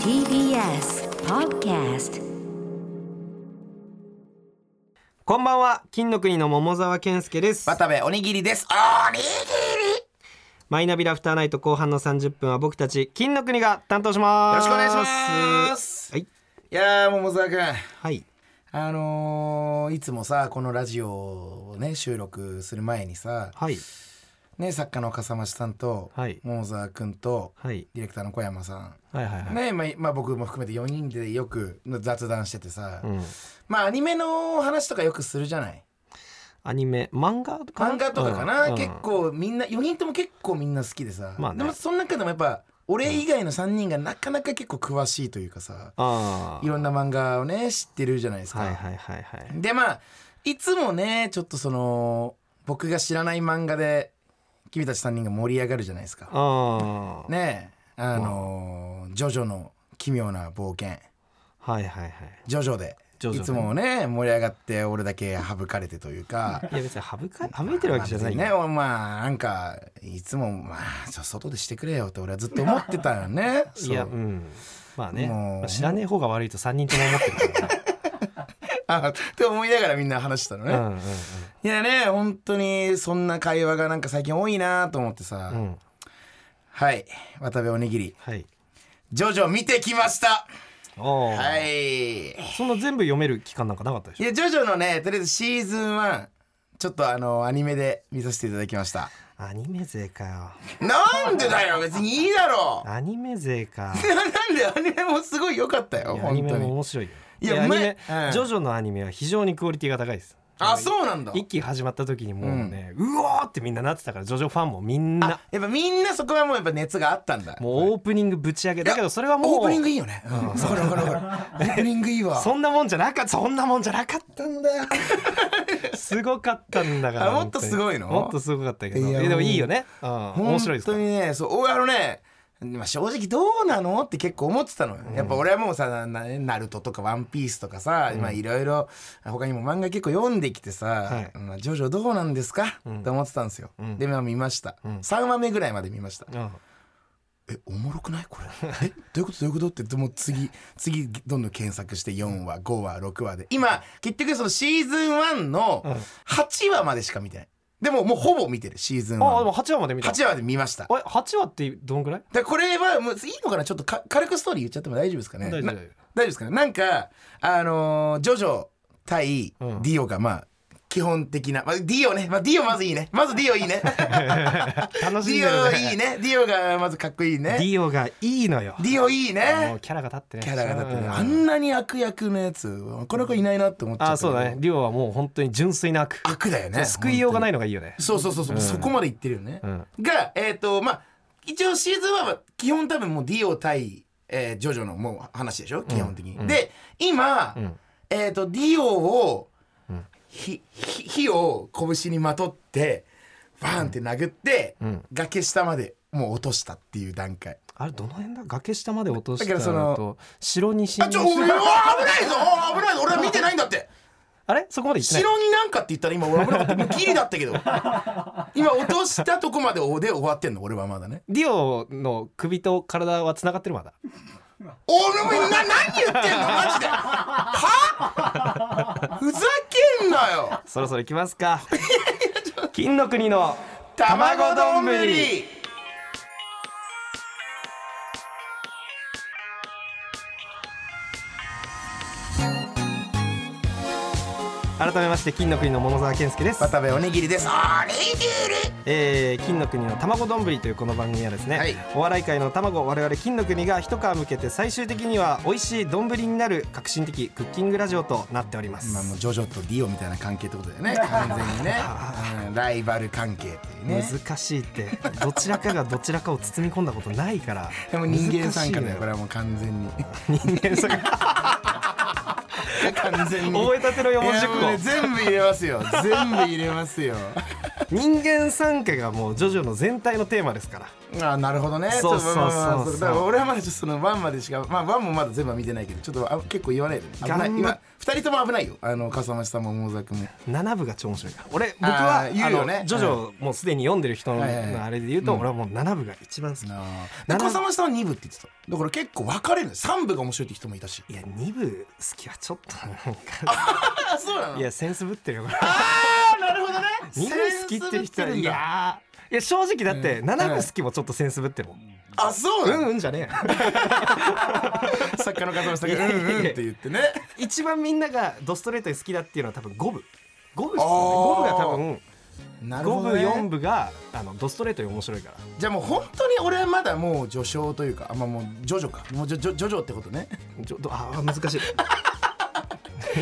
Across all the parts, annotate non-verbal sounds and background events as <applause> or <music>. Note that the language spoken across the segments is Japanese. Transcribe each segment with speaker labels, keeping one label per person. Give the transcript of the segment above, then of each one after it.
Speaker 1: TBS Podcast
Speaker 2: こんばんは金の国の桃沢健介です
Speaker 3: 渡部おにぎりです。おにぎり。よ
Speaker 2: マイナビラフターナイト後半の30分は僕たち金の国が担当しま
Speaker 3: ろ
Speaker 2: す
Speaker 3: しくお願いします。
Speaker 2: はい
Speaker 3: いやー桃沢君、
Speaker 2: はい
Speaker 3: あのーいつもさこのラジオをね収録する前にさ、
Speaker 2: はい
Speaker 3: ね作家の笠間さんと、
Speaker 2: はい
Speaker 3: 桃沢君と、
Speaker 2: はい
Speaker 3: ディレクターの小山さ
Speaker 2: はいはい
Speaker 3: ん、
Speaker 2: はい、
Speaker 3: ねまあ、まあ僕も含めて4人でよく雑談しててさ、
Speaker 2: うん、
Speaker 3: まあアニメの話とかよくするじゃない。
Speaker 2: アニメ漫画とかな
Speaker 3: 漫画とかかな、
Speaker 2: うん
Speaker 3: 結構みんな4人とも結構みんな好きでさ、
Speaker 2: まあね
Speaker 3: でもその中でもやっぱ俺以外の3人がなかなか結構詳しいというかさ、
Speaker 2: ああ
Speaker 3: いろんな漫画をね知ってるじゃないですか。
Speaker 2: はいはいはいはい
Speaker 3: でまあいつもねちょっとその僕が知らない漫画で君たち3人が盛り上がるじゃないですか。
Speaker 2: ああ、
Speaker 3: ねえあのージョジョの奇妙な冒険」
Speaker 2: はいはいはい
Speaker 3: 「ジョジョで」
Speaker 2: ジョジョね
Speaker 3: いつもね盛り上がって俺だけ省かれてというか。
Speaker 2: いや別に省
Speaker 3: <laughs>
Speaker 2: か省いてるわけじゃないよ
Speaker 3: まあ別にね。まあなんかいつもまあちょ外でしてくれよって俺はずっと思ってたよね。そう
Speaker 2: いやうんまあね、
Speaker 3: もう
Speaker 2: まあ知らねえ方が悪いと3人とも思ってるか
Speaker 3: あって思いながらみんな話してたの <laughs> ね。
Speaker 2: ら、うんうん
Speaker 3: いやね本当にそんな会話がなんか最近多いなと思ってさ、
Speaker 2: うんうん
Speaker 3: はい渡部おにぎり
Speaker 2: はい
Speaker 3: ジョジョ見てきました。
Speaker 2: おー
Speaker 3: はい。い
Speaker 2: そんな全部読める期間なんかなかったでしょ
Speaker 3: やジョジョのねとりあえずシーズン1ちょっとあのアニメで見させていただきました。
Speaker 2: アニメ勢かよ
Speaker 3: なん
Speaker 2: <laughs>
Speaker 3: でだよ別にいいだろう。
Speaker 2: アニメ勢
Speaker 3: <laughs>
Speaker 2: か
Speaker 3: なんでアニメもすごい良かったよ
Speaker 2: いやアニ
Speaker 3: 本
Speaker 2: メ
Speaker 3: 当
Speaker 2: も
Speaker 3: に。
Speaker 2: 面白いよ
Speaker 3: いや
Speaker 2: で
Speaker 3: う
Speaker 2: ア
Speaker 3: ま
Speaker 2: ニ
Speaker 3: い
Speaker 2: メ、
Speaker 3: うん
Speaker 2: ジョジョのアニメは非常にクオリティが高いです
Speaker 3: あそうなんだ。
Speaker 2: 一期始まった時にもうね、うおーってみんななってたからジョジョファンもみんな
Speaker 3: あやっぱみんなそこはもうやっぱ熱があったんだ
Speaker 2: もうオープニングぶち上げだけどそれはもう
Speaker 3: オープニングいいよねうんほらほら
Speaker 2: <laughs>
Speaker 3: ほらオープニングいいわ
Speaker 2: そんなもんじゃなかったそんなもんじゃなかっ
Speaker 3: なんだよ <laughs>
Speaker 2: たすごかったんだから
Speaker 3: あもっとすごいの
Speaker 2: 本当にもっとすごかったけど
Speaker 3: い
Speaker 2: い
Speaker 3: や
Speaker 2: やでもいいよね、うん、面白いですか
Speaker 3: 本当にねそう俺あのねまあ正直どうなのって結構思ってたのよ、やっぱ俺はもうさななナルトとかワンピースとかさ、まあいろいろ他にも漫画結構読んできてさ、
Speaker 2: はい
Speaker 3: まあ、ジョジョどうなんですか、って思ってたんですよ、でまあ見ました、3話目ぐらいまで見ました、
Speaker 2: うん
Speaker 3: えおもろくないこれえどういうことどういうことってもう次次どんどん検索して4話5話6話で今結局そのシーズン1の8話までしか見てないでももうほぼ見てるシーズン1
Speaker 2: あで
Speaker 3: の
Speaker 2: も8話まで見た
Speaker 3: 8話で見ましただか
Speaker 2: え8話ってどんぐらい
Speaker 3: らこれはもういいのかなちょっとか軽くストーリー言っちゃっても大丈夫ですか
Speaker 2: 大
Speaker 3: ね
Speaker 2: 丈夫
Speaker 3: な
Speaker 2: 大丈
Speaker 3: 大丈夫ですかねなんかあのージョジョ対デ
Speaker 2: うん
Speaker 3: ィオがまあ基本的な、まあ、ディオね、まあ、ディオまずいいねまずディオい
Speaker 2: <laughs>
Speaker 3: いね
Speaker 2: 楽しんで
Speaker 3: ディオ
Speaker 2: る
Speaker 3: いい
Speaker 2: ね
Speaker 3: ねディオがまずかっこいい
Speaker 2: デ
Speaker 3: ね
Speaker 2: ィオがいいのよ
Speaker 3: ディオいいね
Speaker 2: もうキャラが立ってね
Speaker 3: キャラがだってね、
Speaker 2: うん
Speaker 3: あんなに悪役のやつなかなかいないなって思っちゃった
Speaker 2: あそうだねリオはもう本当に純粋な悪
Speaker 3: 悪だよね
Speaker 2: 救いようがないいのがいいよね
Speaker 3: そうそうそうそう、そこまで言ってるよね、
Speaker 2: うん
Speaker 3: がえっ、とまあ一応シーズン1は基本多分もうディオ対、えージョジョのもう話でしょ基本的に、で今、
Speaker 2: ん
Speaker 3: えっ、とディオを、ひひ火を拳にまとってバーンって殴って、
Speaker 2: うん
Speaker 3: 崖下までもう落としたっていう段階
Speaker 2: あれどの辺だ崖下まで落とし
Speaker 3: だ
Speaker 2: た
Speaker 3: からその
Speaker 2: と城に侵
Speaker 3: あ
Speaker 2: 入
Speaker 3: ちょ
Speaker 2: し
Speaker 3: おお危ないぞお危ないぞ俺は見てないんだって
Speaker 2: あれそこまで行ってない
Speaker 3: 城になんかって言ったら今俺危なかったギリだったけど今落としたとこまでおで終わってんの俺はまだね
Speaker 2: ディオの首と体は繋がってるまだ
Speaker 3: お俺もな何言ってんのマジではふざけんなよ
Speaker 2: そろそろ行きます
Speaker 3: <laughs>
Speaker 2: か金の国の
Speaker 3: 卵丼
Speaker 2: 改めまして金の国の桃沢健介です
Speaker 3: 渡部おにぎりですおにぎり
Speaker 2: えー金の国の卵丼というこの番組はですね、
Speaker 3: はい
Speaker 2: お笑い界の卵我々金の国が一皮向けて最終的には美味しい丼になる革新的クッキングラジオとなっております、
Speaker 3: まあもうジョジョとディオみたいな関係ってことだよ
Speaker 2: <laughs>
Speaker 3: ね完全にね、うんライバル関係っていうね
Speaker 2: 難しいってどちらかがどちらかを包み込んだことないから
Speaker 3: でも人間参加だよこれ
Speaker 2: 難
Speaker 3: はもう完全に
Speaker 2: しいのよ人間参加
Speaker 3: 完全に
Speaker 2: 覚えたての
Speaker 3: いや
Speaker 2: 40
Speaker 3: もう
Speaker 2: 個
Speaker 3: ね全部入れますよ全部入れますよ
Speaker 2: 人間参加がもうジョジョの全体のテーマですから
Speaker 3: あーなるほどね
Speaker 2: そうそうそうそう
Speaker 3: ちょっとまあまあまあだから俺はまだちょっとそのワンまでしかまあワンもまだ全部は見てないけどちょっとあ結構言わないでね危ない
Speaker 2: 頑張っ
Speaker 3: 今二人とも危ないよあの笠間さんも桃沢君も
Speaker 2: 7部が超面白いから俺僕は
Speaker 3: あー言うよね
Speaker 2: あのジョジョもうすでに読んでる人の
Speaker 3: はいはいはい
Speaker 2: あれで言うと、俺はもう7部が一番好き、
Speaker 3: あー
Speaker 2: な
Speaker 3: で
Speaker 2: る
Speaker 3: 笠間さんは二部って言ってただから結構分かれる三部が面白いって人もい
Speaker 2: <laughs>
Speaker 3: たし
Speaker 2: いや2部好きはちょっとなんか
Speaker 3: あそうなの
Speaker 2: いやセンスぶってるよこれ
Speaker 3: あーなるほどね
Speaker 2: 2部好きって人はいやーいや正直だって
Speaker 3: うん
Speaker 2: 7部好きもちょっとセンスぶってるもん、
Speaker 3: あそう
Speaker 2: う
Speaker 3: なの
Speaker 2: んうんじゃねえよ
Speaker 3: 作家の方の作家が「うんうん」って言ってね
Speaker 2: <laughs> 一番みんながドストレートに好きだっていうのは多分5部5部ですよね
Speaker 3: あー
Speaker 2: 5部が多分
Speaker 3: なる
Speaker 2: 5
Speaker 3: ほど、
Speaker 2: 部
Speaker 3: ね、
Speaker 2: 4部があのドストレートに面白いから
Speaker 3: じゃあもう本当に俺はまだもう序章というかあまあもうジョジョかもうジョジョジョジョってことね
Speaker 2: ちょっとあー難
Speaker 3: <laughs>
Speaker 2: しい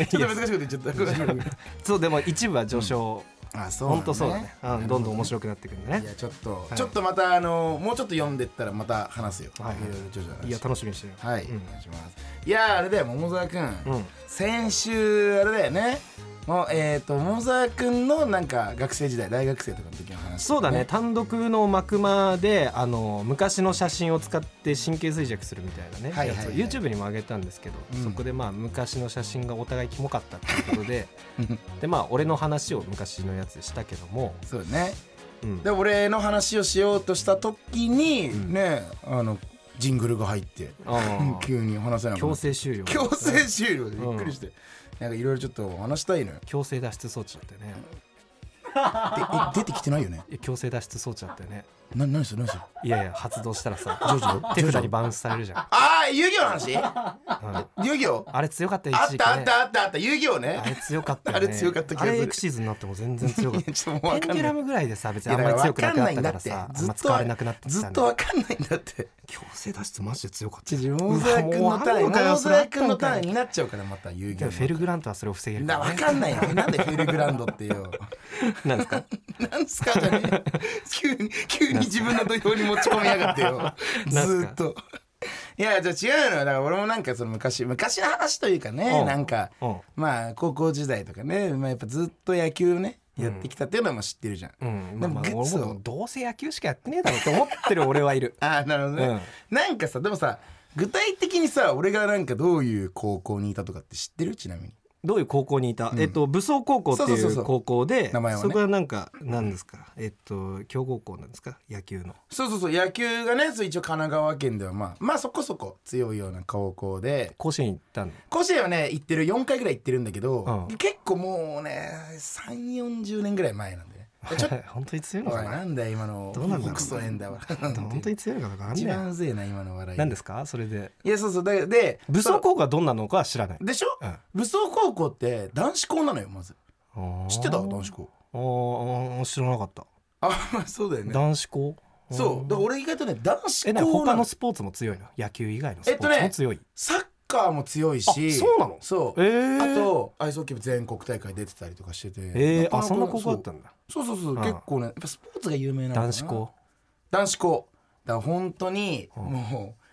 Speaker 3: ちょっと難しいこと言っちゃったごめん
Speaker 2: そうでも一部は序章、
Speaker 3: あそうな
Speaker 2: ほん
Speaker 3: ん
Speaker 2: とそうだね、うん、どんどん面白くなってくるんで
Speaker 3: い
Speaker 2: ね
Speaker 3: やちょっと、
Speaker 2: い
Speaker 3: ちょっとまたあのもうちょっと読んでったらまた話すよ、
Speaker 2: はい
Speaker 3: い、ろいろ徐々
Speaker 2: いや楽しみにしてる
Speaker 3: はい、
Speaker 2: うん
Speaker 3: お願いしますいやあれだよ桃沢君、
Speaker 2: うん
Speaker 3: 先週あれだよねもうえっ、と桃沢君のなんか学生時代大学生とかの時の話
Speaker 2: そうだね単独の幕間であの昔の写真を使って神経衰弱するみたいなね、
Speaker 3: はいはいはい
Speaker 2: やつを YouTube にも上げたんですけど、
Speaker 3: うん
Speaker 2: そこでまあ昔の写真がお互いキモかったっていうことで <laughs> でまあ俺の話を昔のやつでしたけども、
Speaker 3: そうね
Speaker 2: うん
Speaker 3: で俺の話をしようとした時に、
Speaker 2: ん
Speaker 3: ねあのジングルが入って
Speaker 2: あー
Speaker 3: <laughs> 急に話せなくな
Speaker 2: 強
Speaker 3: っ
Speaker 2: 制終了
Speaker 3: 強制終了で
Speaker 2: うん
Speaker 3: びっくりして、なんかいろいろちょっと話したいのよ
Speaker 2: 強制脱出装置だったよね
Speaker 3: でえ出てきてないよね
Speaker 2: いや強制脱出装置だったよね
Speaker 3: な何それ何それ
Speaker 2: いやいや発動したら
Speaker 3: <laughs>
Speaker 2: さ
Speaker 3: ジョジョ
Speaker 2: 手
Speaker 3: ジ
Speaker 2: 札
Speaker 3: ョジョ
Speaker 2: にバウンスされるじゃん、
Speaker 3: ああ遊戯王の話
Speaker 2: うん
Speaker 3: 遊戯王
Speaker 2: あれ強かったよ
Speaker 3: あ
Speaker 2: 一
Speaker 3: っ
Speaker 2: 時期、ね、
Speaker 3: たあったあったあった遊戯王ね
Speaker 2: あれ強かったよね
Speaker 3: あれ強かった気が
Speaker 2: あ
Speaker 3: する
Speaker 2: れエクシーズになっても全然強かった
Speaker 3: ちょっとも
Speaker 2: ペン
Speaker 3: うわか
Speaker 2: デュ
Speaker 3: んな
Speaker 2: ラ
Speaker 3: い
Speaker 2: ムぐらいでさ別
Speaker 3: い
Speaker 2: に
Speaker 3: や
Speaker 2: あん
Speaker 3: だ
Speaker 2: まり強
Speaker 3: らわ
Speaker 2: くな
Speaker 3: か
Speaker 2: くな
Speaker 3: んな
Speaker 2: ったか
Speaker 3: いんだ
Speaker 2: ら
Speaker 3: って
Speaker 2: さあん
Speaker 3: ず
Speaker 2: ま
Speaker 3: っ
Speaker 2: 使
Speaker 3: と
Speaker 2: われなくなってき
Speaker 3: ず
Speaker 2: た
Speaker 3: っ
Speaker 2: ん
Speaker 3: と
Speaker 2: だよ
Speaker 3: わかんないんだって
Speaker 2: 強制脱出マジで強かった
Speaker 3: ちょ桃沢君のターン桃沢君のターンになっちゃうからまた遊
Speaker 2: でも
Speaker 3: 戯王
Speaker 2: フェルグラントはそれを防げる
Speaker 3: なわかんないよなんでフェルグランドってよ
Speaker 2: なんですか
Speaker 3: <laughs> なんすかじゃね <laughs> え急に急に自分の土俵に持ち込みやがってよず
Speaker 2: なんすか
Speaker 3: ーっといやじゃあ違うのよだから俺もなんかその昔昔の話というかね
Speaker 2: うん
Speaker 3: なんか
Speaker 2: うん
Speaker 3: まあ高校時代とかね、まあ、やっぱずっと野球ねやってきたっていうのはもう知ってるじゃん、
Speaker 2: <laughs> うん
Speaker 3: で
Speaker 2: まあま
Speaker 3: も
Speaker 2: あ
Speaker 3: グッ
Speaker 2: 俺
Speaker 3: ズを
Speaker 2: もどうせ野球しかやってねえだろうと思ってる俺はい
Speaker 3: <laughs>
Speaker 2: る
Speaker 3: ああなるほどね、なんかさでもさ具体的にさ俺がなんかどういう高校にいたとかって知ってるちなみに
Speaker 2: どういう高校にいた、えっと武装高校って
Speaker 3: そうそう
Speaker 2: い
Speaker 3: そうそうう
Speaker 2: 高校で
Speaker 3: 名前はね
Speaker 2: そこはなんかなんですかえっと強豪校なんですか野球の
Speaker 3: そうそうそう野球がねそう一応神奈川県ではまあまあそこそこ強いような高校で
Speaker 2: 甲子園行ったの
Speaker 3: 甲子園はね行ってる4回ぐらい行ってるんだけど、
Speaker 2: うん
Speaker 3: 結構もうね3 4 0年ぐらい前なんで
Speaker 2: <laughs>
Speaker 3: ねちょっ
Speaker 2: 本当に強い
Speaker 3: と
Speaker 2: の
Speaker 3: お
Speaker 2: か
Speaker 3: いな
Speaker 2: なん
Speaker 3: だよ今の
Speaker 2: どうなんだろう
Speaker 3: クソ縁だわ
Speaker 2: 本当に強いのかわかん
Speaker 3: <laughs> 一
Speaker 2: ねえ
Speaker 3: 番うぜえな今の笑い
Speaker 2: 何ですかそれで
Speaker 3: いやそうそうでで
Speaker 2: 武装高校がどんなのかは知らない
Speaker 3: でしょ、
Speaker 2: うん
Speaker 3: 武装高校って男子校なのよまず知ってた男子校
Speaker 2: 校ああ知らなかった
Speaker 3: あまあ <laughs> そうだよね
Speaker 2: 男子校
Speaker 3: そうだから俺意外とね男
Speaker 2: え
Speaker 3: 子
Speaker 2: なんか
Speaker 3: 校
Speaker 2: 他
Speaker 3: な
Speaker 2: の
Speaker 3: の
Speaker 2: スポーツも強いの野球以外の
Speaker 3: え
Speaker 2: ス
Speaker 3: っ
Speaker 2: ポ
Speaker 3: と
Speaker 2: ー
Speaker 3: ね
Speaker 2: ツも強い、
Speaker 3: サッカーも強いし
Speaker 2: あそうなの
Speaker 3: そう、
Speaker 2: ええ
Speaker 3: あとアイスホッケー部全国大会出てたりとかしてて
Speaker 2: ええ
Speaker 3: か
Speaker 2: あ
Speaker 3: か
Speaker 2: そんな高校だった
Speaker 3: そうん
Speaker 2: だ
Speaker 3: そうそうそう、
Speaker 2: ん
Speaker 3: 結構ねやっぱスポーツが有名なのかな
Speaker 2: 男子校
Speaker 3: 男子校だから本当に
Speaker 2: うん
Speaker 3: もう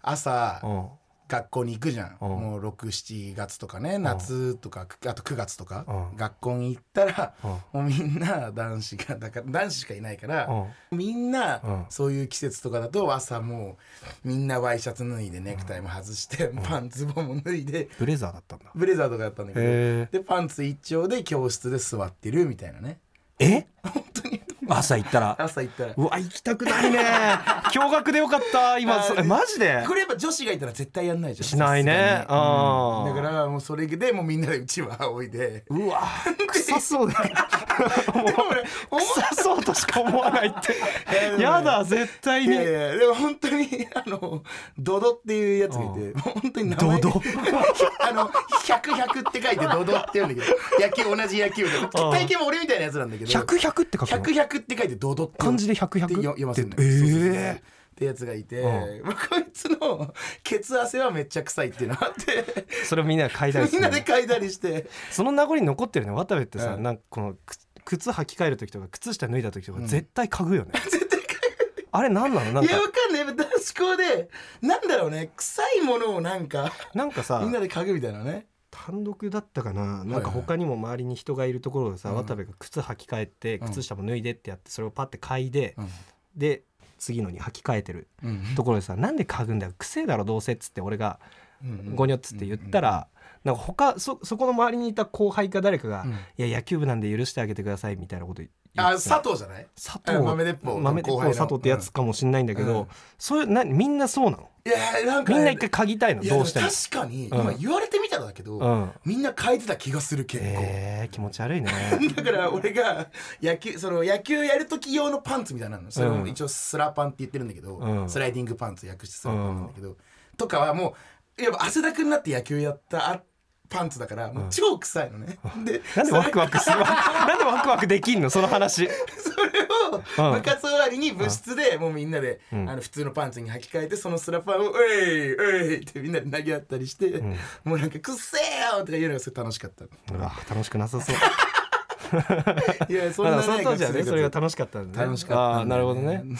Speaker 3: 朝、
Speaker 2: うん
Speaker 3: 学校に行くじゃん、
Speaker 2: うん
Speaker 3: もう67月とかね夏とか、あと9月とか、
Speaker 2: うん
Speaker 3: 学校に行ったら、
Speaker 2: うん
Speaker 3: もうみんな男子がだから男子しかいないから、みんな、
Speaker 2: うん
Speaker 3: そういう季節とかだと朝もうみんなワイシャツ脱いでネクタイも外して、パンツボンも脱いで
Speaker 2: ブレザーだったんだ
Speaker 3: ブレザーとかだったんだけど、
Speaker 2: へ
Speaker 3: でパンツ一丁で教室で座ってるみたいなね
Speaker 2: え
Speaker 3: 本当に
Speaker 2: 朝行ったら
Speaker 3: 朝行ったら
Speaker 2: うわ行きたくない
Speaker 3: <laughs>
Speaker 2: ね驚愕でよかった今
Speaker 3: あー
Speaker 2: それマジで
Speaker 3: これやっぱ女子がいたら絶対やんないじゃん
Speaker 2: しないね
Speaker 3: さすがに
Speaker 2: あ
Speaker 3: だ
Speaker 2: ー
Speaker 3: からもうそれでもうみんなでうちは仰いで
Speaker 2: う
Speaker 3: <laughs>
Speaker 2: わ臭そうだ
Speaker 3: でも俺思っ
Speaker 2: 臭そうとしか思わないっ
Speaker 3: やでも
Speaker 2: て
Speaker 3: ね
Speaker 2: やだ絶対
Speaker 3: い
Speaker 2: に
Speaker 3: やいやでも本当にあのドドっていうやつがいてもう本当に名前
Speaker 2: ドド <laughs>
Speaker 3: あの100 100って書いてドドって言うんだけど野球同じ野球部で体型も俺みたいなやつなんだけど
Speaker 2: 百百って書くの
Speaker 3: 100 100って書いてドドって
Speaker 2: 漢字で100 100
Speaker 3: ってよ読ませるの
Speaker 2: ええ
Speaker 3: そうそうそうってやつがいて、まあ、こいつのケツ汗はめっちゃ臭いっていうのがあって
Speaker 2: それをみんなで嗅いだりす
Speaker 3: みん
Speaker 2: る
Speaker 3: なで嗅いだりして
Speaker 2: その名残に残ってるね渡部ってさ、
Speaker 3: うん
Speaker 2: なんかこの靴靴履き替える時とか靴下脱いだ時とか絶対嗅ぐよね、
Speaker 3: <laughs>
Speaker 2: あれなんなのなん
Speaker 3: い
Speaker 2: か
Speaker 3: やわかんないやっぱ男子校でなんだろうね臭いものをなんか
Speaker 2: なんかさ
Speaker 3: みんなで嗅ぐみたいなね
Speaker 2: 単独だったかななんか他にも周りに人がいるところをさ、
Speaker 3: うん
Speaker 2: 渡部が靴履き替えて
Speaker 3: うん
Speaker 2: 靴下も脱いでってやってそれをパッて嗅いで、
Speaker 3: うん
Speaker 2: で次のに履き替えてる
Speaker 3: うん
Speaker 2: ところでさ「なんで嗅ぐんだよ癖だろどうせ」っつって俺が
Speaker 3: うん
Speaker 2: ゴニョっつって言ったら、なんか他そそこの周りにいた後輩か誰かが「
Speaker 3: うん
Speaker 2: いや野球部なんで許してあげてください」みたいなこと言って
Speaker 3: あ佐藤じゃない
Speaker 2: 佐
Speaker 3: あ
Speaker 2: 藤
Speaker 3: 豆鉄砲の
Speaker 2: 豆鉄
Speaker 3: 後
Speaker 2: 砲
Speaker 3: 輩の
Speaker 2: 佐藤ってやつかもしんないんだけど、
Speaker 3: うん
Speaker 2: そういうなみんなそうなの
Speaker 3: いやなんか
Speaker 2: み
Speaker 3: ね
Speaker 2: んな一回嗅ぎたいの
Speaker 3: いや
Speaker 2: どうしても。
Speaker 3: 確かに
Speaker 2: うん
Speaker 3: 今言われてみたらだけど、
Speaker 2: うん
Speaker 3: みんな変えてた気がする結構、
Speaker 2: えー、気持ち悪いね <laughs>
Speaker 3: だから俺が野球その野球やる時用のパンツみたいなのそれも一応スラパンって言ってるんだけど、
Speaker 2: うん
Speaker 3: スライディングパンツ訳してスラパンなんだけど、とかはもうやっぱ汗だくになって野球やったあパンツだからもう超臭いのね、で
Speaker 2: なんで
Speaker 3: それ
Speaker 2: ワクワクするわ <laughs> なんでワクワクできんのその話
Speaker 3: それを
Speaker 2: うん
Speaker 3: 部活終わりに部室でもうみんなで、
Speaker 2: ん
Speaker 3: あの普通のパンツに履き替えてそのスラパンを「うえいうえい!」ってみんなで投げ合ったりして、もうなんか「くっせえよ!」とか言うのがすごい楽し
Speaker 2: <laughs>
Speaker 3: かった。
Speaker 2: うわ楽しくなさ
Speaker 3: <laughs>
Speaker 2: そう
Speaker 3: いやそん
Speaker 2: ま
Speaker 3: な
Speaker 2: あ
Speaker 3: ね
Speaker 2: その当時はね
Speaker 3: 学生生活
Speaker 2: それが楽しかったんだね
Speaker 3: 楽しかった
Speaker 2: あー
Speaker 3: ん
Speaker 2: な
Speaker 3: だ
Speaker 2: る
Speaker 3: よ
Speaker 2: ほ
Speaker 3: ね
Speaker 2: どね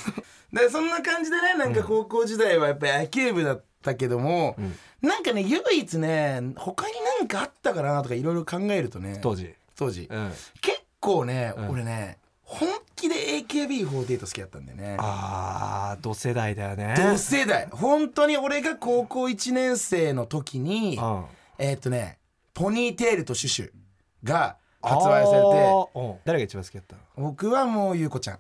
Speaker 3: でそんな感じでねなんか高校時代はやっぱ野球部だったけども、なんかね唯一ね他に何かあったかなとかいろいろ考えるとね
Speaker 2: 当時
Speaker 3: 当時
Speaker 2: うん
Speaker 3: 結構ね、
Speaker 2: うん
Speaker 3: 俺ね本気で AKB48 好きだったんだよね
Speaker 2: あー同世代だよね
Speaker 3: 同世代本当に俺が高校1年生の時に
Speaker 2: うん
Speaker 3: えーっとね「ポニーテールとシュシュ」が発売されて
Speaker 2: あーうん誰が一番好きだったの
Speaker 3: 僕はもうゆう
Speaker 2: <laughs>
Speaker 3: こちゃん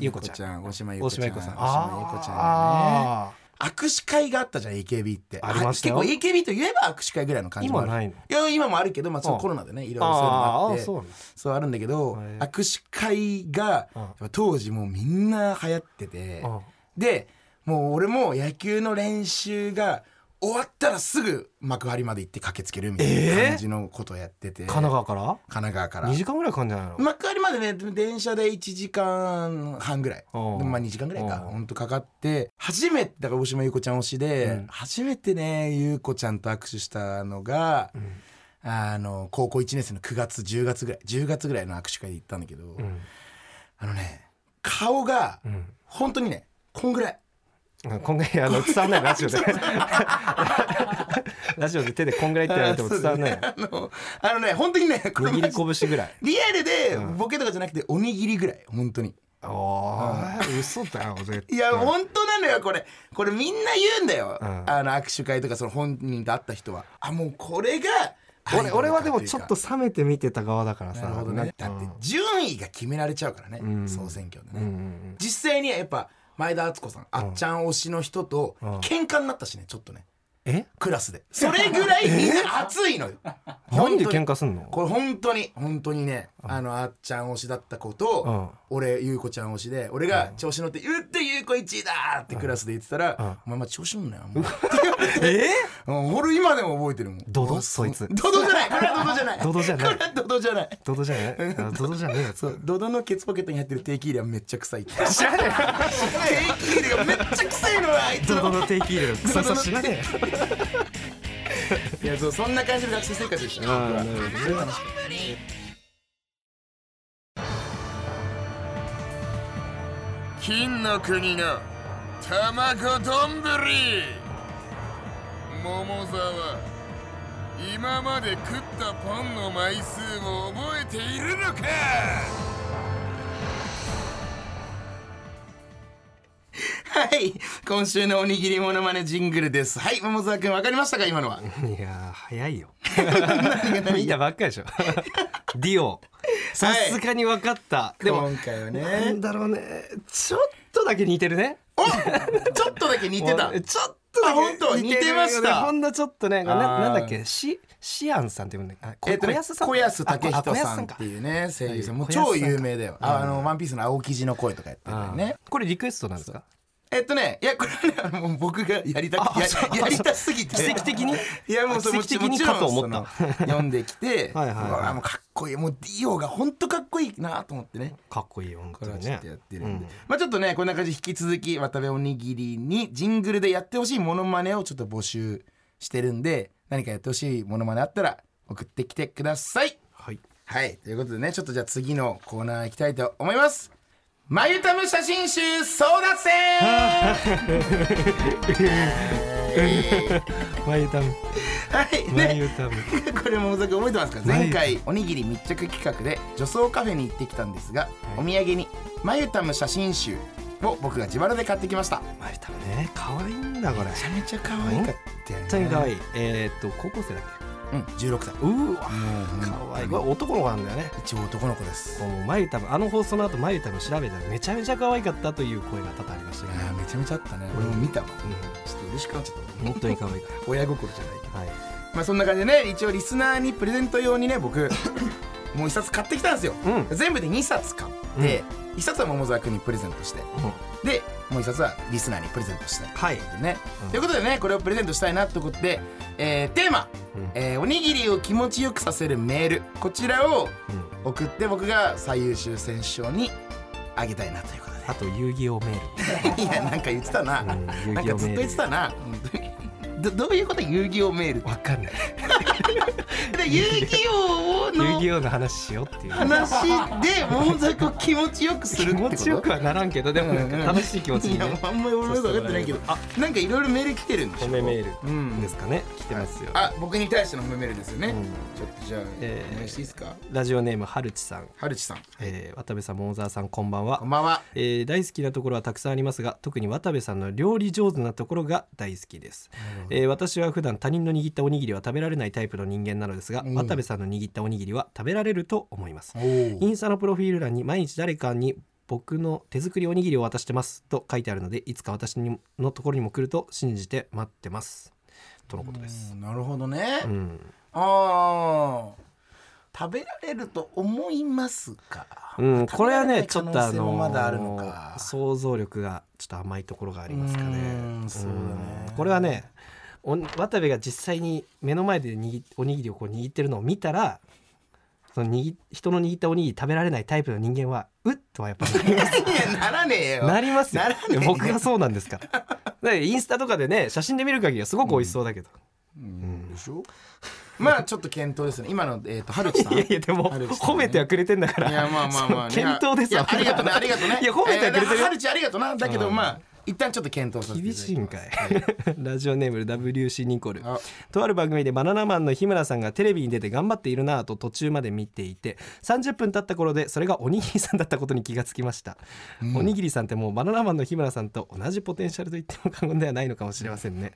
Speaker 2: ゆうこちゃん
Speaker 3: ん大島ゆう
Speaker 2: 大
Speaker 3: こち
Speaker 2: 島
Speaker 3: ゃん
Speaker 2: ゆうこさん
Speaker 3: 大島ゆうこちゃんね
Speaker 2: あー
Speaker 3: 握手会があったじゃん AKB って
Speaker 2: ありましたよ
Speaker 3: 結構 AKB といえば握手会ぐらいの感じもある
Speaker 2: 今ないの
Speaker 3: いや今もあるけど、まあ、その
Speaker 2: うん
Speaker 3: コロナでねいろいろそういうのも
Speaker 2: あ
Speaker 3: あ
Speaker 2: ー
Speaker 3: っ
Speaker 2: あ
Speaker 3: て
Speaker 2: ーそうなんだ
Speaker 3: そうあるんだけど
Speaker 2: へー
Speaker 3: 握手会が
Speaker 2: うん
Speaker 3: やっぱ当時もうみんな流行ってて
Speaker 2: うん
Speaker 3: でもう俺も野球の練習が終わったらすぐ幕張まで行って駆けつけるみたいな感じのことをやってて、
Speaker 2: 神奈川か
Speaker 3: 神奈川から
Speaker 2: ら2時間ぐらいかかんじゃないの
Speaker 3: 幕張までね電車で1時間半ぐらいで
Speaker 2: うん
Speaker 3: もまあ2時間ぐらいか
Speaker 2: うん
Speaker 3: ほんとかかって初めてだから大島優子ちゃん推しで、
Speaker 2: うん
Speaker 3: 初めてね優子ちゃんと握手したのが、
Speaker 2: ん
Speaker 3: あの高校1年生の9月10月ぐらい10月ぐらいの握手会で行ったんだけど、
Speaker 2: うん
Speaker 3: あのね顔が
Speaker 2: うん
Speaker 3: 本当にねこんぐらい
Speaker 2: うんこんぐらいあの伝わんないラ <laughs> ジオでラジオで手でこんぐらいって言われても伝わんないよ
Speaker 3: <laughs> あのあのね本当にねこれマ
Speaker 2: <laughs>
Speaker 3: ジ
Speaker 2: 握り拳ぐらい
Speaker 3: リアルで
Speaker 2: うん
Speaker 3: ボケとかじゃなくておにぎりぐらい本当に。
Speaker 2: おー嘘だよ絶
Speaker 3: いや、本当なのよこれこれみんな言うんだよ、
Speaker 2: うん
Speaker 3: あの握手会とかその本人と会った人はあもうこれが
Speaker 2: 俺俺はでもちょっと冷めて見てた側だからさ
Speaker 3: なるほどねだって順位が決められちゃうからね、
Speaker 2: ん
Speaker 3: 総選挙で
Speaker 2: う
Speaker 3: ね、
Speaker 2: んうん
Speaker 3: 実際にやっぱ前田敦子さんあっちゃん推しの人と
Speaker 2: うん
Speaker 3: 喧嘩になったしねちょっとね
Speaker 2: うんえ
Speaker 3: クラスでそれぐらいみんな熱いのよ
Speaker 2: <laughs> なんで
Speaker 3: 本当
Speaker 2: 喧
Speaker 3: に
Speaker 2: 嘩すんの
Speaker 3: これ本当に本当にねあのあっちゃん推しだった子と俺優子ちゃん推しで俺が調子乗って「言って優子1位だ!」ってクラスで言ってたら「お前まあ調子乗んなよ」もう
Speaker 2: <laughs> え
Speaker 3: うん <laughs> 俺今でも覚えてるもん
Speaker 2: ドド
Speaker 3: あう
Speaker 2: そいつ
Speaker 3: ドドじゃないこれはドドじゃない
Speaker 2: ドドじゃない
Speaker 3: これはドドじゃない
Speaker 2: ドドじゃねえあドドじゃねえや
Speaker 3: そ
Speaker 2: つ
Speaker 3: うドドのケツポケットに入ってる定期入れはめっちゃ臭いって定
Speaker 2: 知らね
Speaker 3: 期入れがめっちゃ臭いのよあい
Speaker 2: え
Speaker 3: つ
Speaker 2: ドド
Speaker 3: の
Speaker 2: の定期入れの臭さ知らねえ
Speaker 3: いやそうそんな感じの学生生活でした
Speaker 2: あー
Speaker 3: 僕は
Speaker 2: なるほどね
Speaker 3: それ楽しかっ
Speaker 4: 金の国の卵丼ぶり桃沢今まで食ったパンの枚数を覚えているのか
Speaker 3: たはい今週のおにぎりモノマネジングルですはい桃沢君わかりましたか今のは
Speaker 2: いやー早
Speaker 3: <laughs>
Speaker 2: いよ見たばっかりでしょディオさすがに分かったでも
Speaker 3: 今回は
Speaker 2: な
Speaker 3: ね
Speaker 2: んだろうねちょっとだけ似てるね
Speaker 3: お <laughs> ちょっとだけ似てた
Speaker 2: おちょっとだ
Speaker 3: あ本当
Speaker 2: け
Speaker 3: 似てました
Speaker 2: ほんのちょっとねな
Speaker 3: あー
Speaker 2: なんだっけしシアンさんって呼ぶんだっけあこ
Speaker 3: えっと
Speaker 2: 小
Speaker 3: ね
Speaker 2: 安さん
Speaker 3: 小安武
Speaker 2: あ小
Speaker 3: 人
Speaker 2: 安
Speaker 3: さんって
Speaker 2: か
Speaker 3: いうね声優さんもう
Speaker 2: 小安さん
Speaker 3: 超
Speaker 2: か
Speaker 3: 有名だよああのワンピースの青生地の声とかやってる
Speaker 2: あ
Speaker 3: よ
Speaker 2: ー
Speaker 3: ね
Speaker 2: これリクエストなんですか
Speaker 3: えっとねいやこれはねもう僕がやりた
Speaker 2: あ
Speaker 3: くや
Speaker 2: そう
Speaker 3: やりたすぎて
Speaker 2: 奇跡的に
Speaker 3: いやもうそれも
Speaker 2: 奇跡的にかと思った
Speaker 3: もちろんその読んできて
Speaker 2: <laughs> はいはいはいう
Speaker 3: わもうかっこいいもうディオが本当かっこいいなと思ってね
Speaker 2: かっこいいよ本
Speaker 3: こ
Speaker 2: 当
Speaker 3: れは
Speaker 2: に
Speaker 3: ちょ
Speaker 2: ね
Speaker 3: っとやってるんで、まあちょっとねこんな感じで引き続き渡部おにぎりにジングルでやってほしいモノマネをちょっと募集してるんで何かやってほしいモノマネあったら送ってきてください
Speaker 2: はい
Speaker 3: はい、ということでね、ちょっとじゃあ次のコーナー行きたいと思います。まゆたむ写真集争奪戦
Speaker 2: マイタム
Speaker 3: はい
Speaker 2: 何
Speaker 3: ね
Speaker 2: 歌う
Speaker 3: これも尾崎覚えてますか
Speaker 2: 眉
Speaker 3: 前回おにぎり密着企画で女装カフェに行ってきたんですが、お土産に「まゆたむ写真集」を僕が自腹で買ってきましため
Speaker 2: マリタもね可愛いんだこれ
Speaker 3: ちゃめちゃ可愛かったよね
Speaker 2: 本当に可愛いえーっと高校生だっ
Speaker 3: うん16歳
Speaker 2: けうーわ可
Speaker 3: 可
Speaker 2: 愛い
Speaker 3: い
Speaker 2: これ男の子なんだよね
Speaker 3: 一応男の子です
Speaker 2: もうマリタもあの放送の後マリタも調べたらめちゃめちゃ可愛かったという声が多々ありましたけど、
Speaker 3: あーめちゃめちゃあったね俺も見たわちょっと嬉しくなっちゃっ
Speaker 2: うん、本当 <laughs> に可愛いか
Speaker 3: た親心じゃないけど
Speaker 2: らはい
Speaker 3: まあそんな感じでね一応リスナーにプレゼント用にね僕もう一冊買ってきたんですよ、
Speaker 2: う
Speaker 3: 全部で2冊買って、一冊は桃沢君にプレゼントしてでもう一冊はリスナーにプレゼントしたい
Speaker 2: はい
Speaker 3: ということでね、
Speaker 2: うん
Speaker 3: ということでねこれをプレゼントしたいなということで、えーテーマ、
Speaker 2: うん
Speaker 3: えーおにぎりを気持ちよくさせるメール」こちらを
Speaker 2: うん
Speaker 3: 送って僕が最優秀選手賞にあげたいなということで
Speaker 2: あと遊戯王メー <laughs>
Speaker 3: いやなんか言ってたな、
Speaker 2: うん遊戯王
Speaker 3: なんかずっと言ってたな本当にどどういうこと遊戯王メールっ
Speaker 2: ルわかんない
Speaker 3: てで遊戯
Speaker 2: <laughs>
Speaker 3: 王
Speaker 2: 遊
Speaker 3: の
Speaker 2: 戯王の話しよう <laughs> っていう
Speaker 3: 話で桃沢を気持ちよくする
Speaker 2: 気
Speaker 3: ってこ
Speaker 2: 持
Speaker 3: と
Speaker 2: ちよくはならんけどでもなんか楽しい気持ちに、
Speaker 3: や
Speaker 2: ね、
Speaker 3: あんまり俺もよく分かってないけど
Speaker 2: あ
Speaker 3: なんかいろいろメール来てるんでしょ
Speaker 2: 褒めメー
Speaker 3: う
Speaker 2: ル
Speaker 3: ん
Speaker 2: ですかね、来てますよ
Speaker 3: あ僕に対しての褒めメールですよね、
Speaker 2: うん
Speaker 3: ちょっとじゃあ、
Speaker 2: えー
Speaker 3: お願いしていいですか
Speaker 2: ラジオネームはるちさん、
Speaker 3: はるちさん
Speaker 2: えー、渡部さん桃沢さんこんばんは
Speaker 3: こんばんは
Speaker 2: えー大好きなところはたくさんありますが特に渡部さんの料理上手なところが大好きです、えー私は普段他人の握ったおにぎりは食べられないタイプの人間なのですが、
Speaker 3: うん
Speaker 2: 渡部さんの握ったおにぎりは食べられると思います
Speaker 3: お
Speaker 2: インスタのプロフィール欄に毎日誰かに僕の手作りおにぎりを渡してますと書いてあるのでいつか私にものところにも来ると信じて待ってますとのことです。
Speaker 3: なるほどね、
Speaker 2: うん、
Speaker 3: ああ食べられると思いますか、
Speaker 2: うん、これはねち
Speaker 3: 食
Speaker 2: ょ
Speaker 3: べ
Speaker 2: っ
Speaker 3: ら
Speaker 2: と
Speaker 3: れ
Speaker 2: あ
Speaker 3: ない可能性も
Speaker 2: の
Speaker 3: まだあるのか
Speaker 2: 想像力がちょっと甘いところがありますかね。
Speaker 3: うんそうだね
Speaker 2: うんこれはねお渡部が実際に目の前で握っおにぎりをこう握ってるのを見たらその握人の握ったおにぎり食べられないタイプの人間はうっとはやっぱり
Speaker 3: いやならねえ <laughs> よ
Speaker 2: なりますよ
Speaker 3: ならねえよ
Speaker 2: 僕がそうなんですからでインスタとかでね写真で見る限りはすごく美味しそうだけど、
Speaker 3: でしょまあちょっと検討ですね今のえっ、とはるちさん
Speaker 2: いやいやでも
Speaker 3: あるしね
Speaker 2: 褒めてはくれてんだから
Speaker 3: いやまあまあまあ
Speaker 2: その検討です
Speaker 3: い
Speaker 2: わ
Speaker 3: やいやありがとうねありがとうね
Speaker 2: いや褒めてはくれてる
Speaker 3: えーはるちありがとうなだけど、まあ一旦ちょっと検討させて
Speaker 2: 厳
Speaker 3: いただ
Speaker 2: し
Speaker 3: き
Speaker 2: いん
Speaker 3: ま
Speaker 2: かい
Speaker 3: す
Speaker 2: ラジオネーム WC ニコル
Speaker 3: あ
Speaker 2: とある番組でバナナマンの日村さんがテレビに出て頑張っているなぁと途中まで見ていて30分経った頃でそれがおにぎりさんだったことに気がつきました、おにぎりさんってもうバナナマンの日村さんと同じポテンシャルと言っても過言ではないのかもしれませんね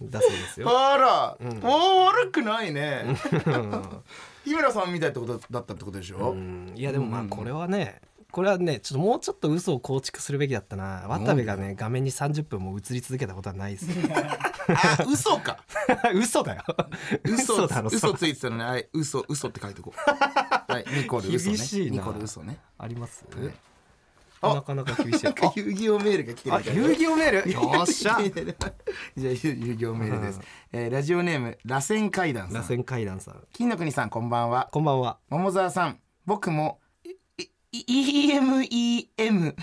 Speaker 2: だそうです <laughs> よ
Speaker 3: あら、お悪くないね <laughs> 日村さんみたいってことだったってことでしょ、
Speaker 2: うんいやでもまあこれはねこれはねちょっともうちょっと嘘を構築するべきだったな渡部がね画面に30分も映り続けたことはないですよ
Speaker 3: あ嘘か
Speaker 2: <laughs> 嘘 <laughs> だよ
Speaker 3: 嘘
Speaker 2: だろ
Speaker 3: 嘘ついてたのねあれ嘘嘘って書いてこ
Speaker 2: <laughs>
Speaker 3: うはいニコル嘘ね
Speaker 2: 厳しいな
Speaker 3: ニコル嘘ね
Speaker 2: ありますね
Speaker 3: あ
Speaker 2: なかなか厳しい <laughs>
Speaker 3: なんか遊戯王メールが来てる
Speaker 2: あ
Speaker 3: みたい
Speaker 2: 遊戯王メールよっしゃ
Speaker 3: <laughs> じゃあ遊戯王メールです、えーラジオネーム螺旋階段さ
Speaker 2: <laughs> 螺
Speaker 3: ん
Speaker 2: 旋階段さん
Speaker 3: 金の国さんこんばんは
Speaker 2: こんばんは
Speaker 3: 桃沢さん僕もいい EMEM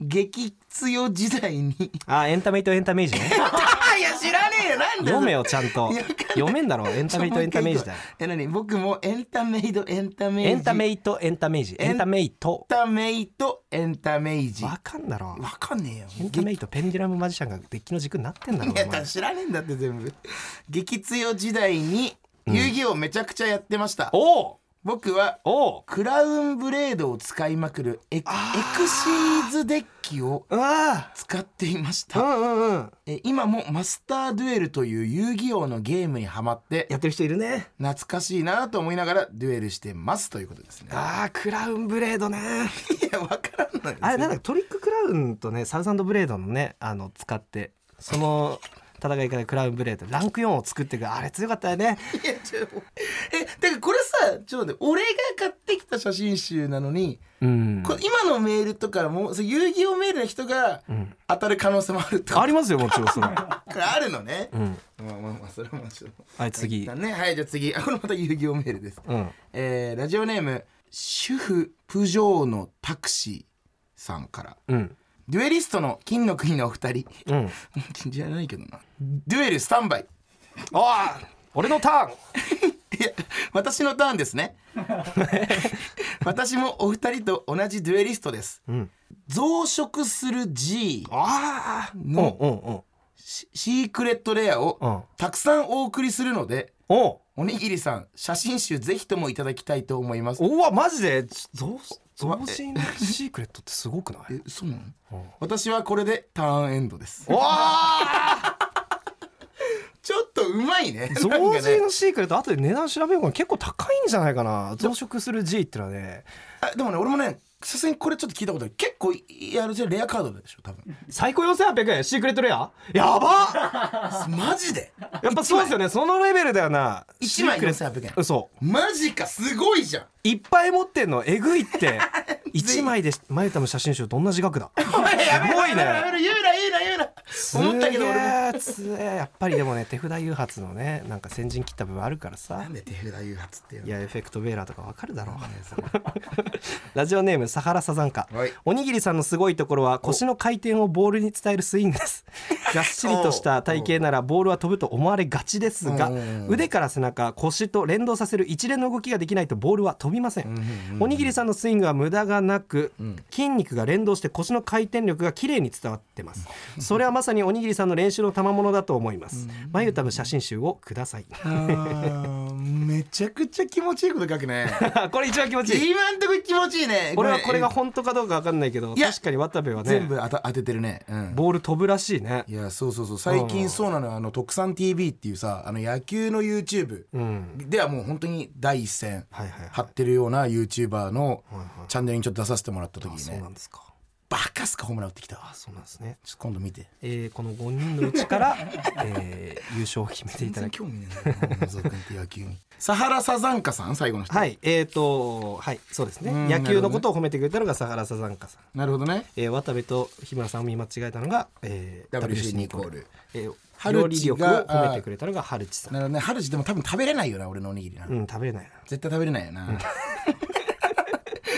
Speaker 3: 激強時
Speaker 2: <laughs>
Speaker 3: 代に
Speaker 2: あエンタメイトエンタメー <laughs> ジね
Speaker 3: あいや知らねえよなんだ
Speaker 2: 読めよちゃんと
Speaker 3: いやわかんない
Speaker 2: 読めんだろエンタメイトエンタメージだよ
Speaker 3: え何僕もエンタメイドエンタメイジ
Speaker 2: エンタメイトエンタメージ
Speaker 3: エン
Speaker 2: エンタメイト
Speaker 3: エンタメイドエンタメイジ
Speaker 2: わ
Speaker 3: わ
Speaker 2: かんだろ
Speaker 3: かんねえよ
Speaker 2: エンタメイトペンデュラムマジシャンがデッキの軸になってんだろ
Speaker 3: いや
Speaker 2: お前
Speaker 3: 知らねえんだって全部 <laughs> 激強時代に遊戯王めちゃくちゃやってました、
Speaker 2: おお
Speaker 3: 僕は
Speaker 2: おう
Speaker 3: クラウンブレードを使いまくるエクエクシーズデッキを
Speaker 2: うわ
Speaker 3: 使っていまし
Speaker 2: ーう
Speaker 3: た
Speaker 2: んうんうん
Speaker 3: え今もマスターデュエルという遊戯王のゲームにハマって
Speaker 2: やってる人いるね
Speaker 3: 懐かしいなと思いながらデュエルしてますということですね
Speaker 2: あークラウンブレードね
Speaker 3: いやわからんのよ
Speaker 2: あれなんだトリッククラウンとねサウザンドブレードのねあの使ってその戦いからクラウンブレードランク4を作っていくあれ強かったよね
Speaker 3: いやちょえだからこれさちょっと待って俺が買ってきた写真集なのに、
Speaker 2: うん
Speaker 3: これ今のメールとかもうそう遊戯王メールの人が当たる可能性もあるってこと
Speaker 2: ありますよもちろんそれ
Speaker 3: これあるのね、
Speaker 2: ん
Speaker 3: まあまあまあそれはもちろん
Speaker 2: はい次
Speaker 3: だねはいじゃあ次あこれまた遊戯王メールです、
Speaker 2: うん
Speaker 3: えーラジオネーム主婦プジョーのタクシーさんから
Speaker 2: うん
Speaker 3: デュエリストの金の国のお二人
Speaker 2: うん
Speaker 3: <laughs> 金じゃないけどなデュエルスタンバイ
Speaker 2: おー俺のターン
Speaker 3: いや私のターンで
Speaker 2: <laughs>
Speaker 3: すね私もお二人と同じデュエリストです、
Speaker 2: ん
Speaker 3: 増殖する G
Speaker 2: ああうん
Speaker 3: の
Speaker 2: うんうん
Speaker 3: シシークレットレアを
Speaker 2: うん
Speaker 3: たくさんお送りするので
Speaker 2: おう
Speaker 3: おにぎりさん写真集ぜひともいただきたいと思います
Speaker 2: おうわマジでち増増進シークレットってすごくない
Speaker 3: えそうなの
Speaker 2: うん
Speaker 3: 私はこれでターンエンドです
Speaker 2: <laughs> おー
Speaker 3: ちょっとうまいね
Speaker 2: 増
Speaker 3: なんかね
Speaker 2: 進のシークレット後で値段調べようかな結構高いんじゃないかな増殖する G ってのはね
Speaker 3: あでもね俺もねさすがにこれちょっと聞いたことある結構いいやるじゃレアカードでしょ
Speaker 2: <laughs>
Speaker 3: 多分
Speaker 2: 最高4800円シークレットレアやば
Speaker 3: マジで
Speaker 2: やっぱそうですよねそのレベルだよな
Speaker 3: 1枚
Speaker 2: シークレ
Speaker 3: 4800円
Speaker 2: 嘘
Speaker 3: マジかすごいじゃん
Speaker 2: いっぱい持ってんのえぐいって
Speaker 3: <laughs>
Speaker 2: 1枚でマユタの写真集と同じ額だ
Speaker 3: おいやめ
Speaker 2: す
Speaker 3: ろ
Speaker 2: ごいね
Speaker 3: やめろ言うな言うな言うな思ったけど俺も
Speaker 2: もやっぱりでもね手札誘発のねなんか先陣切った部分あるからさ
Speaker 3: なんで手札誘発っていうの
Speaker 2: いやエフェクトベーラーとかわかるだろう <laughs> ラジオネームサハラサザンカ
Speaker 3: はい
Speaker 2: おにぎりさんのすごいところは腰の回転をボールに伝えるスイングです
Speaker 3: <laughs>
Speaker 2: がっしりとした体型ならボールは飛ぶと思われがちですが
Speaker 3: うんうんうん
Speaker 2: 腕から背中腰と連動させる一連の動きができないとボールは飛びません,、おにぎりさんのスイングは無駄がなく、筋肉が連動して腰の回転力が綺麗に伝わってますそれはまさにおにぎりさんの練習の賜物だと思います、まゆたの写真集をくだ
Speaker 3: <laughs>
Speaker 2: さい
Speaker 3: あーめちゃくちゃ気持ちいいこと書くね
Speaker 2: これ一番気持ちいい
Speaker 3: <laughs> 今んとこ気持ちいいね
Speaker 2: 俺はこれが本当かどうかわかんないけど
Speaker 3: いや
Speaker 2: 確かに渡部はね
Speaker 3: 全部当た当ててるねうん
Speaker 2: ボール飛ぶらしいね
Speaker 3: いやそうそうそう最近そうなのよあの特産 TV っていうさあの野球の YouTube
Speaker 2: うん
Speaker 3: ではもう本当に第一線
Speaker 2: はいはいはい
Speaker 3: 張ってるような YouTuber の
Speaker 2: はいはい
Speaker 3: チャンネルにちょっと出させてもらった時
Speaker 2: あ
Speaker 3: に
Speaker 2: そう
Speaker 3: ね
Speaker 2: なんですか
Speaker 3: バカすかホームラン打ってきたわ
Speaker 2: あそうなんですね、
Speaker 3: ちょっと今度見て
Speaker 2: えーこの5人のうちから、 <laughs> えー優勝を決めてい
Speaker 3: 全
Speaker 2: ただ
Speaker 3: 然
Speaker 2: き
Speaker 3: 興味ねえんだよ
Speaker 2: <laughs>
Speaker 3: な小野君って野球にサハラサザンカさん最後の人
Speaker 2: はいえーとはいそうですね
Speaker 3: うん
Speaker 2: 野球
Speaker 3: なるほど
Speaker 2: の
Speaker 3: ね
Speaker 2: ことを褒めてくれたのが佐原サザンカさん、
Speaker 3: なるほどね
Speaker 2: えー渡部と日村さんを見間違えたのが、えー
Speaker 3: WC
Speaker 2: に
Speaker 3: イコール
Speaker 2: えー
Speaker 3: ハ
Speaker 2: 料
Speaker 3: ル
Speaker 2: 理
Speaker 3: チが
Speaker 2: 力を褒めてくれたのがハルチさん
Speaker 3: なるほどねハルチでも多分食べれないよな俺のおにぎりな
Speaker 2: うん食べれないな
Speaker 3: 絶対食べれないよな <laughs>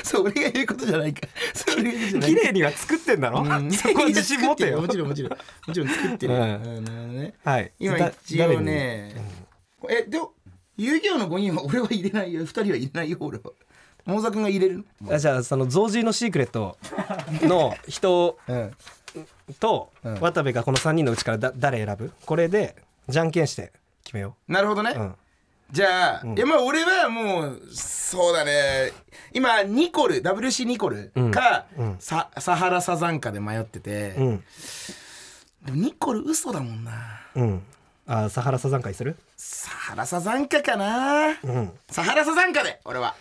Speaker 3: そう俺が言うことじ
Speaker 2: <laughs>
Speaker 3: ゃないかそれが言うことじゃない
Speaker 2: <laughs> 綺麗には作ってんだろ、 <laughs> そこは自信持てよ
Speaker 3: もちろんもちろんもちろん作ってるよ、
Speaker 2: う
Speaker 3: うんんなるほどね
Speaker 2: はい
Speaker 3: 今
Speaker 2: だ
Speaker 3: 一応ねえでも遊戯王の5人は俺は入れないよ2人は入れないよ俺は桃沢君が入れるの
Speaker 2: あじゃあその増獣のシークレットの人
Speaker 3: うん
Speaker 2: と
Speaker 3: うん
Speaker 2: 渡部がこの3人のうちからだ誰選ぶこれでじゃんけんして決めよ
Speaker 3: なるほどね、
Speaker 2: う、うん、
Speaker 3: じゃあ、いやまあ俺はもうそうだね今ニコル WC ニコルか、さサハラサザンカで迷ってて、
Speaker 2: うん
Speaker 3: でもニコル嘘だもんな
Speaker 2: うんあサハラサザン会する
Speaker 3: サハラサザンカかな、
Speaker 2: ん
Speaker 3: サハラサザンカで俺は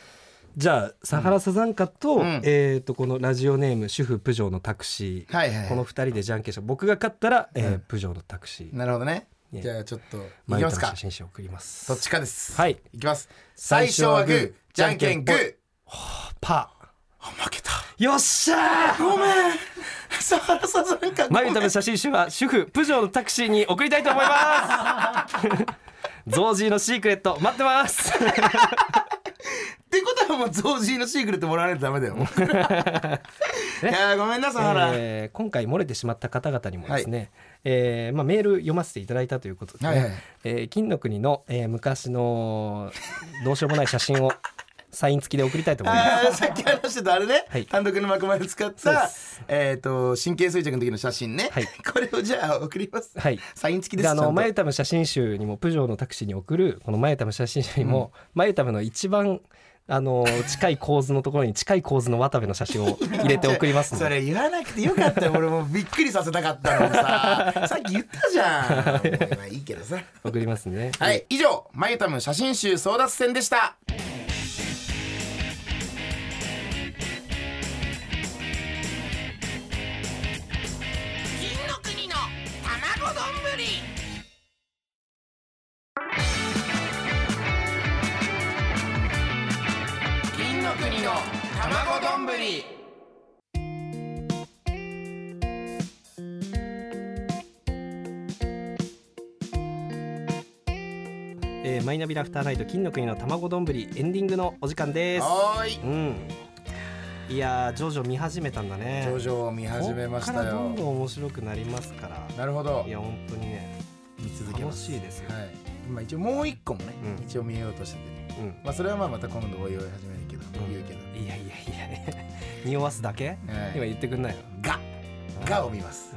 Speaker 2: じゃあサハラサザンカと、
Speaker 3: ん
Speaker 2: えっ、とこのラジオネーム主婦プジョーのタクシー、
Speaker 3: はいはいはい
Speaker 2: この2人でじゃんけんして僕が勝ったら、えープジョーのタクシー
Speaker 3: なるほどね
Speaker 2: ね
Speaker 3: じゃあちょっとい
Speaker 2: マ
Speaker 3: き
Speaker 2: ユ
Speaker 3: ま
Speaker 2: タ
Speaker 3: す
Speaker 2: の
Speaker 3: か
Speaker 2: 写真集送ります
Speaker 3: どっちかです
Speaker 2: はい
Speaker 3: いきます
Speaker 2: 最
Speaker 3: 最
Speaker 2: 初
Speaker 3: 初
Speaker 2: は
Speaker 3: は
Speaker 2: グ
Speaker 3: グ
Speaker 2: ー
Speaker 3: ーじゃんけんグ
Speaker 2: じゃんけ
Speaker 3: ー
Speaker 2: パ
Speaker 3: あ負けた
Speaker 2: ーよっしゃー
Speaker 3: ごめんサハラサザ
Speaker 2: <laughs>
Speaker 3: ンカ
Speaker 2: マユタの写真集は主婦プジョーのタクシーに送りたいと思います <laughs> ゾウジーのシークレット待って
Speaker 3: <laughs>
Speaker 2: ます
Speaker 3: ってことはもうゾウジーのシークレットもらわないとダ
Speaker 2: <laughs>
Speaker 3: メだよいやーごめんなサハラ、
Speaker 2: えー今回漏れてしまった方々にもですね、えーまあ、メール読ませていただいたということで、ね
Speaker 3: はいはい
Speaker 2: えー金の国の、えー昔のどうしようもない写真をサイン付きで送りたいと思います。
Speaker 3: あーさっき話してたあれね、
Speaker 2: はい
Speaker 3: 単独の幕前で使っ
Speaker 2: そうで
Speaker 3: た、えっ、と、神経衰弱の時の写真ね、
Speaker 2: はい
Speaker 3: これをじゃあ送ります。
Speaker 2: はい
Speaker 3: サイン付きで。
Speaker 2: ですあ
Speaker 3: ちゃん
Speaker 2: の
Speaker 3: と
Speaker 2: マユタム写真集にもプジョーのタクシーに送るこのマユタム写真集にも、マユタムの一番あ <laughs> の近い構図のところに近い構図の渡部の写真を入れて送りますの
Speaker 3: そ
Speaker 2: で
Speaker 3: れ言わなくてよかったよ。俺もびっくりさせたかったの
Speaker 2: <laughs>
Speaker 3: にさ、さっき言ったじゃん。もうまあいいけどさ。
Speaker 2: 送りますね。
Speaker 3: はい、以上、マユタム写真集争奪戦でした。
Speaker 5: 金の国の卵丼ぶり
Speaker 3: 金の国の卵丼ぶり。
Speaker 2: えーマイナビラフターナイト金の国の卵丼ぶりエンディングのお時間です。
Speaker 3: はーい。
Speaker 2: うん。いやー、ジョジョ見始めたんだね。
Speaker 3: 上々を見始めまし
Speaker 2: こったからど
Speaker 3: よ
Speaker 2: んど。ん面白くなりますから。
Speaker 3: なるほど
Speaker 2: い。や、本当にね。
Speaker 3: 見続け
Speaker 2: 楽
Speaker 3: ます。
Speaker 2: しいですよ。
Speaker 3: はい。今一応もう一個もね、
Speaker 2: うん
Speaker 3: 一応見ようとしてて。
Speaker 2: うん。
Speaker 3: まあそれはまあまた今度おいおい始めるけど、言うけど。
Speaker 2: いやいやいや。 <laughs> 匂わすだけ。
Speaker 3: はい
Speaker 2: 今言ってくんないよ。
Speaker 3: が、がを見ます。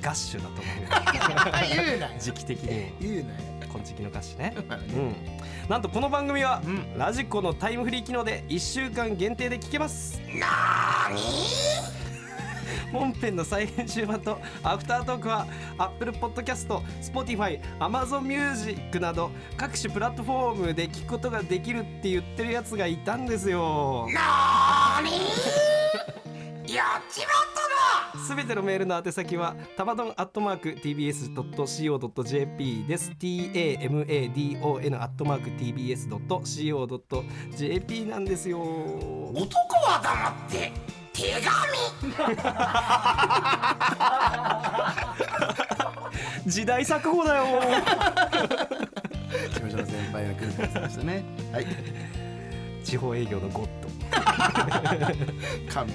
Speaker 2: ガッシュだと思
Speaker 3: <laughs> 言うなよ
Speaker 2: う時期的にも
Speaker 3: 言うなよ
Speaker 2: 金色のガッシュね
Speaker 3: まあね
Speaker 2: うんなんとこの番組は、
Speaker 3: ん
Speaker 2: ラジコのタイムフリー機能で1週間限定で聞けます本編の再編集版とアフタートークは Apple Podcast、Spotify、Amazon Music など各種プラットフォームで聞くことができるって言ってるやつがいたんですよ
Speaker 5: やっちまったな
Speaker 2: すべてのメールの宛先はたまどんアットマーク tbs.co.jp です。tamadon アットマーク tbs.co.jp なんですよ。
Speaker 5: 男は黙って手紙
Speaker 2: 時代錯誤だよ。
Speaker 3: 事務所の先輩のクルーさんでしたねはい
Speaker 2: <laughs> 地方営業のゴッド。
Speaker 3: 神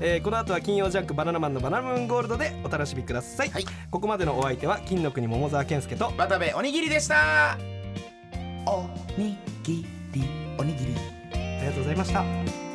Speaker 2: えーこの後は金曜ジャンクバナナマンのバナナムーンゴールドでお楽しみください。
Speaker 3: はい
Speaker 2: ここまでのお相手は金の国桃沢健介と
Speaker 3: 渡部おにぎりでしたおにぎりおにぎり
Speaker 2: ありがとうございました。
Speaker 3: ありがとうございました。